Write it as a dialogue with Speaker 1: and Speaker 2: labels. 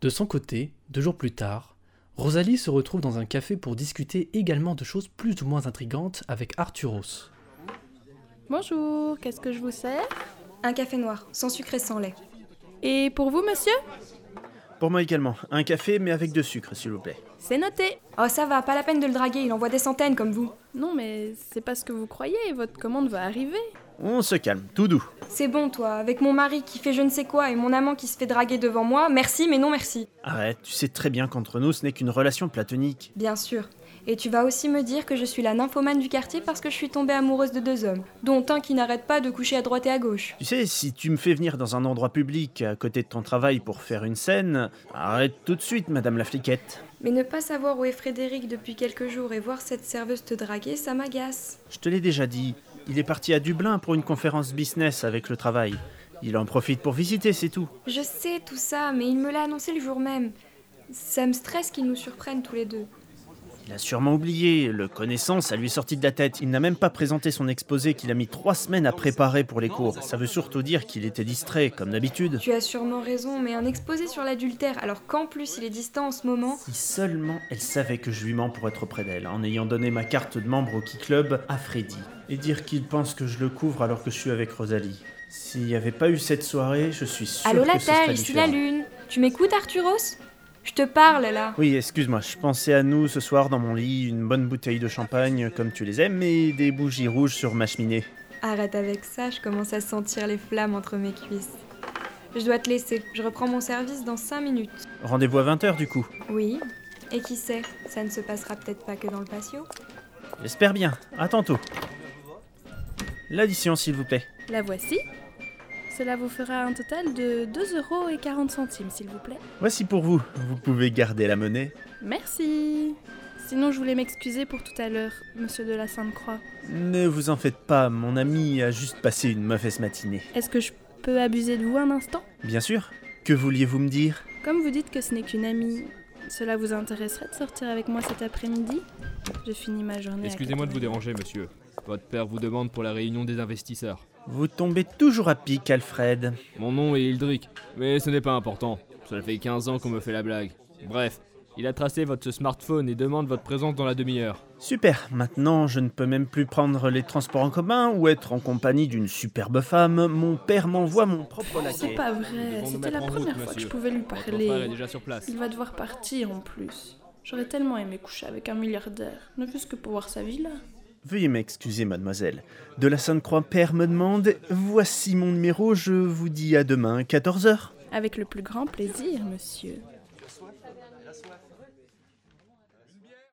Speaker 1: De son côté, deux jours plus tard, Rosalie se retrouve dans un café pour discuter également de choses plus ou moins intrigantes avec Arturos.
Speaker 2: Bonjour, qu'est-ce que je vous sers
Speaker 3: Un café noir, sans sucre et sans lait.
Speaker 2: Et pour vous, monsieur
Speaker 4: Pour moi également, un café mais avec de sucre, s'il vous plaît.
Speaker 2: C'est noté.
Speaker 3: Oh, ça va, pas la peine de le draguer, il envoie des centaines comme vous.
Speaker 2: Non, mais c'est pas ce que vous croyez, votre commande va arriver.
Speaker 4: On se calme, tout doux.
Speaker 3: C'est bon, toi, avec mon mari qui fait je ne sais quoi et mon amant qui se fait draguer devant moi, merci mais non merci.
Speaker 4: Arrête, tu sais très bien qu'entre nous, ce n'est qu'une relation platonique.
Speaker 3: Bien sûr. Et tu vas aussi me dire que je suis la nymphomane du quartier parce que je suis tombée amoureuse de deux hommes, dont un qui n'arrête pas de coucher à droite et à gauche.
Speaker 4: Tu sais, si tu me fais venir dans un endroit public à côté de ton travail pour faire une scène, arrête tout de suite, madame la fliquette.
Speaker 3: Mais ne pas savoir où est Frédéric depuis quelques jours et voir cette serveuse te draguer, ça m'agace.
Speaker 4: Je te l'ai déjà dit, il est parti à Dublin pour une conférence business avec le travail. Il en profite pour visiter, c'est tout.
Speaker 3: Je sais tout ça, mais il me l'a annoncé le jour même. Ça me stresse qu'ils nous surprennent tous les deux.
Speaker 4: Il a sûrement oublié, le connaissance, ça lui est sorti de la tête. Il n'a même pas présenté son exposé qu'il a mis trois semaines à préparer pour les cours. Ça veut surtout dire qu'il était distrait, comme d'habitude.
Speaker 3: Tu as sûrement raison, mais un exposé sur l'adultère, alors qu'en plus il est distant en ce moment.
Speaker 4: Si seulement elle savait que je lui mens pour être auprès d'elle, en ayant donné ma carte de membre au Key Club à Freddy. Et dire qu'il pense que je le couvre alors que je suis avec Rosalie. S'il n'y avait pas eu cette soirée, je suis sûr
Speaker 3: Allô
Speaker 4: que ce
Speaker 3: Lata,
Speaker 4: serait
Speaker 3: ici la
Speaker 4: différent.
Speaker 3: lune. Tu m'écoutes Arturos Je te parle là.
Speaker 4: Oui, excuse-moi, je pensais à nous ce soir dans mon lit, une bonne bouteille de champagne comme tu les aimes et des bougies rouges sur ma cheminée.
Speaker 3: Arrête avec ça, je commence à sentir les flammes entre mes cuisses. Je dois te laisser, je reprends mon service dans 5 minutes.
Speaker 4: Rendez-vous à 20h du coup.
Speaker 3: Oui, et qui sait, ça ne se passera peut-être pas que dans le patio.
Speaker 4: J'espère bien. À tantôt. L'addition, s'il vous plaît.
Speaker 2: La voici. Cela vous fera un total de 2,40€, s'il vous plaît.
Speaker 4: Voici pour vous. Vous pouvez garder la monnaie.
Speaker 2: Merci. Sinon, je voulais m'excuser pour tout à l'heure, monsieur de la Sainte-Croix.
Speaker 4: Ne vous en faites pas, mon ami a juste passé une mauvaise matinée.
Speaker 2: Est-ce que je peux abuser de vous un instant
Speaker 4: Bien sûr. Que vouliez-vous me dire
Speaker 2: Comme vous dites que ce n'est qu'une amie, cela vous intéresserait de sortir avec moi cet après-midi Je finis ma journée. à
Speaker 5: Excusez-moi de
Speaker 2: 14.
Speaker 5: vous déranger, monsieur. Votre père vous demande pour la réunion des investisseurs.
Speaker 4: Vous tombez toujours à pic, Alfred.
Speaker 5: Mon nom est Hildrick, mais ce n'est pas important. Cela fait 15 ans qu'on me fait la blague. Bref, il a tracé votre smartphone et demande votre présence dans la demi-heure.
Speaker 4: Super, maintenant je ne peux même plus prendre les transports en commun ou être en compagnie d'une superbe femme. Mon père m'envoie mon propre
Speaker 2: C'est
Speaker 4: laquais.
Speaker 2: pas
Speaker 5: Nous devons
Speaker 2: vrai,
Speaker 5: nous
Speaker 2: c'était la
Speaker 5: mettre en route,
Speaker 2: première fois que je
Speaker 5: monsieur.
Speaker 2: pouvais lui
Speaker 5: Votre frère est
Speaker 2: parler.
Speaker 5: déjà sur place.
Speaker 2: Il va devoir partir en plus. J'aurais tellement aimé coucher avec un milliardaire, ne fût-ce que pour voir sa villa.
Speaker 4: Veuillez m'excuser, mademoiselle. De la Sainte-Croix Père me demande Voici mon numéro, je vous dis à demain, 14h.
Speaker 2: Avec le plus grand plaisir, monsieur.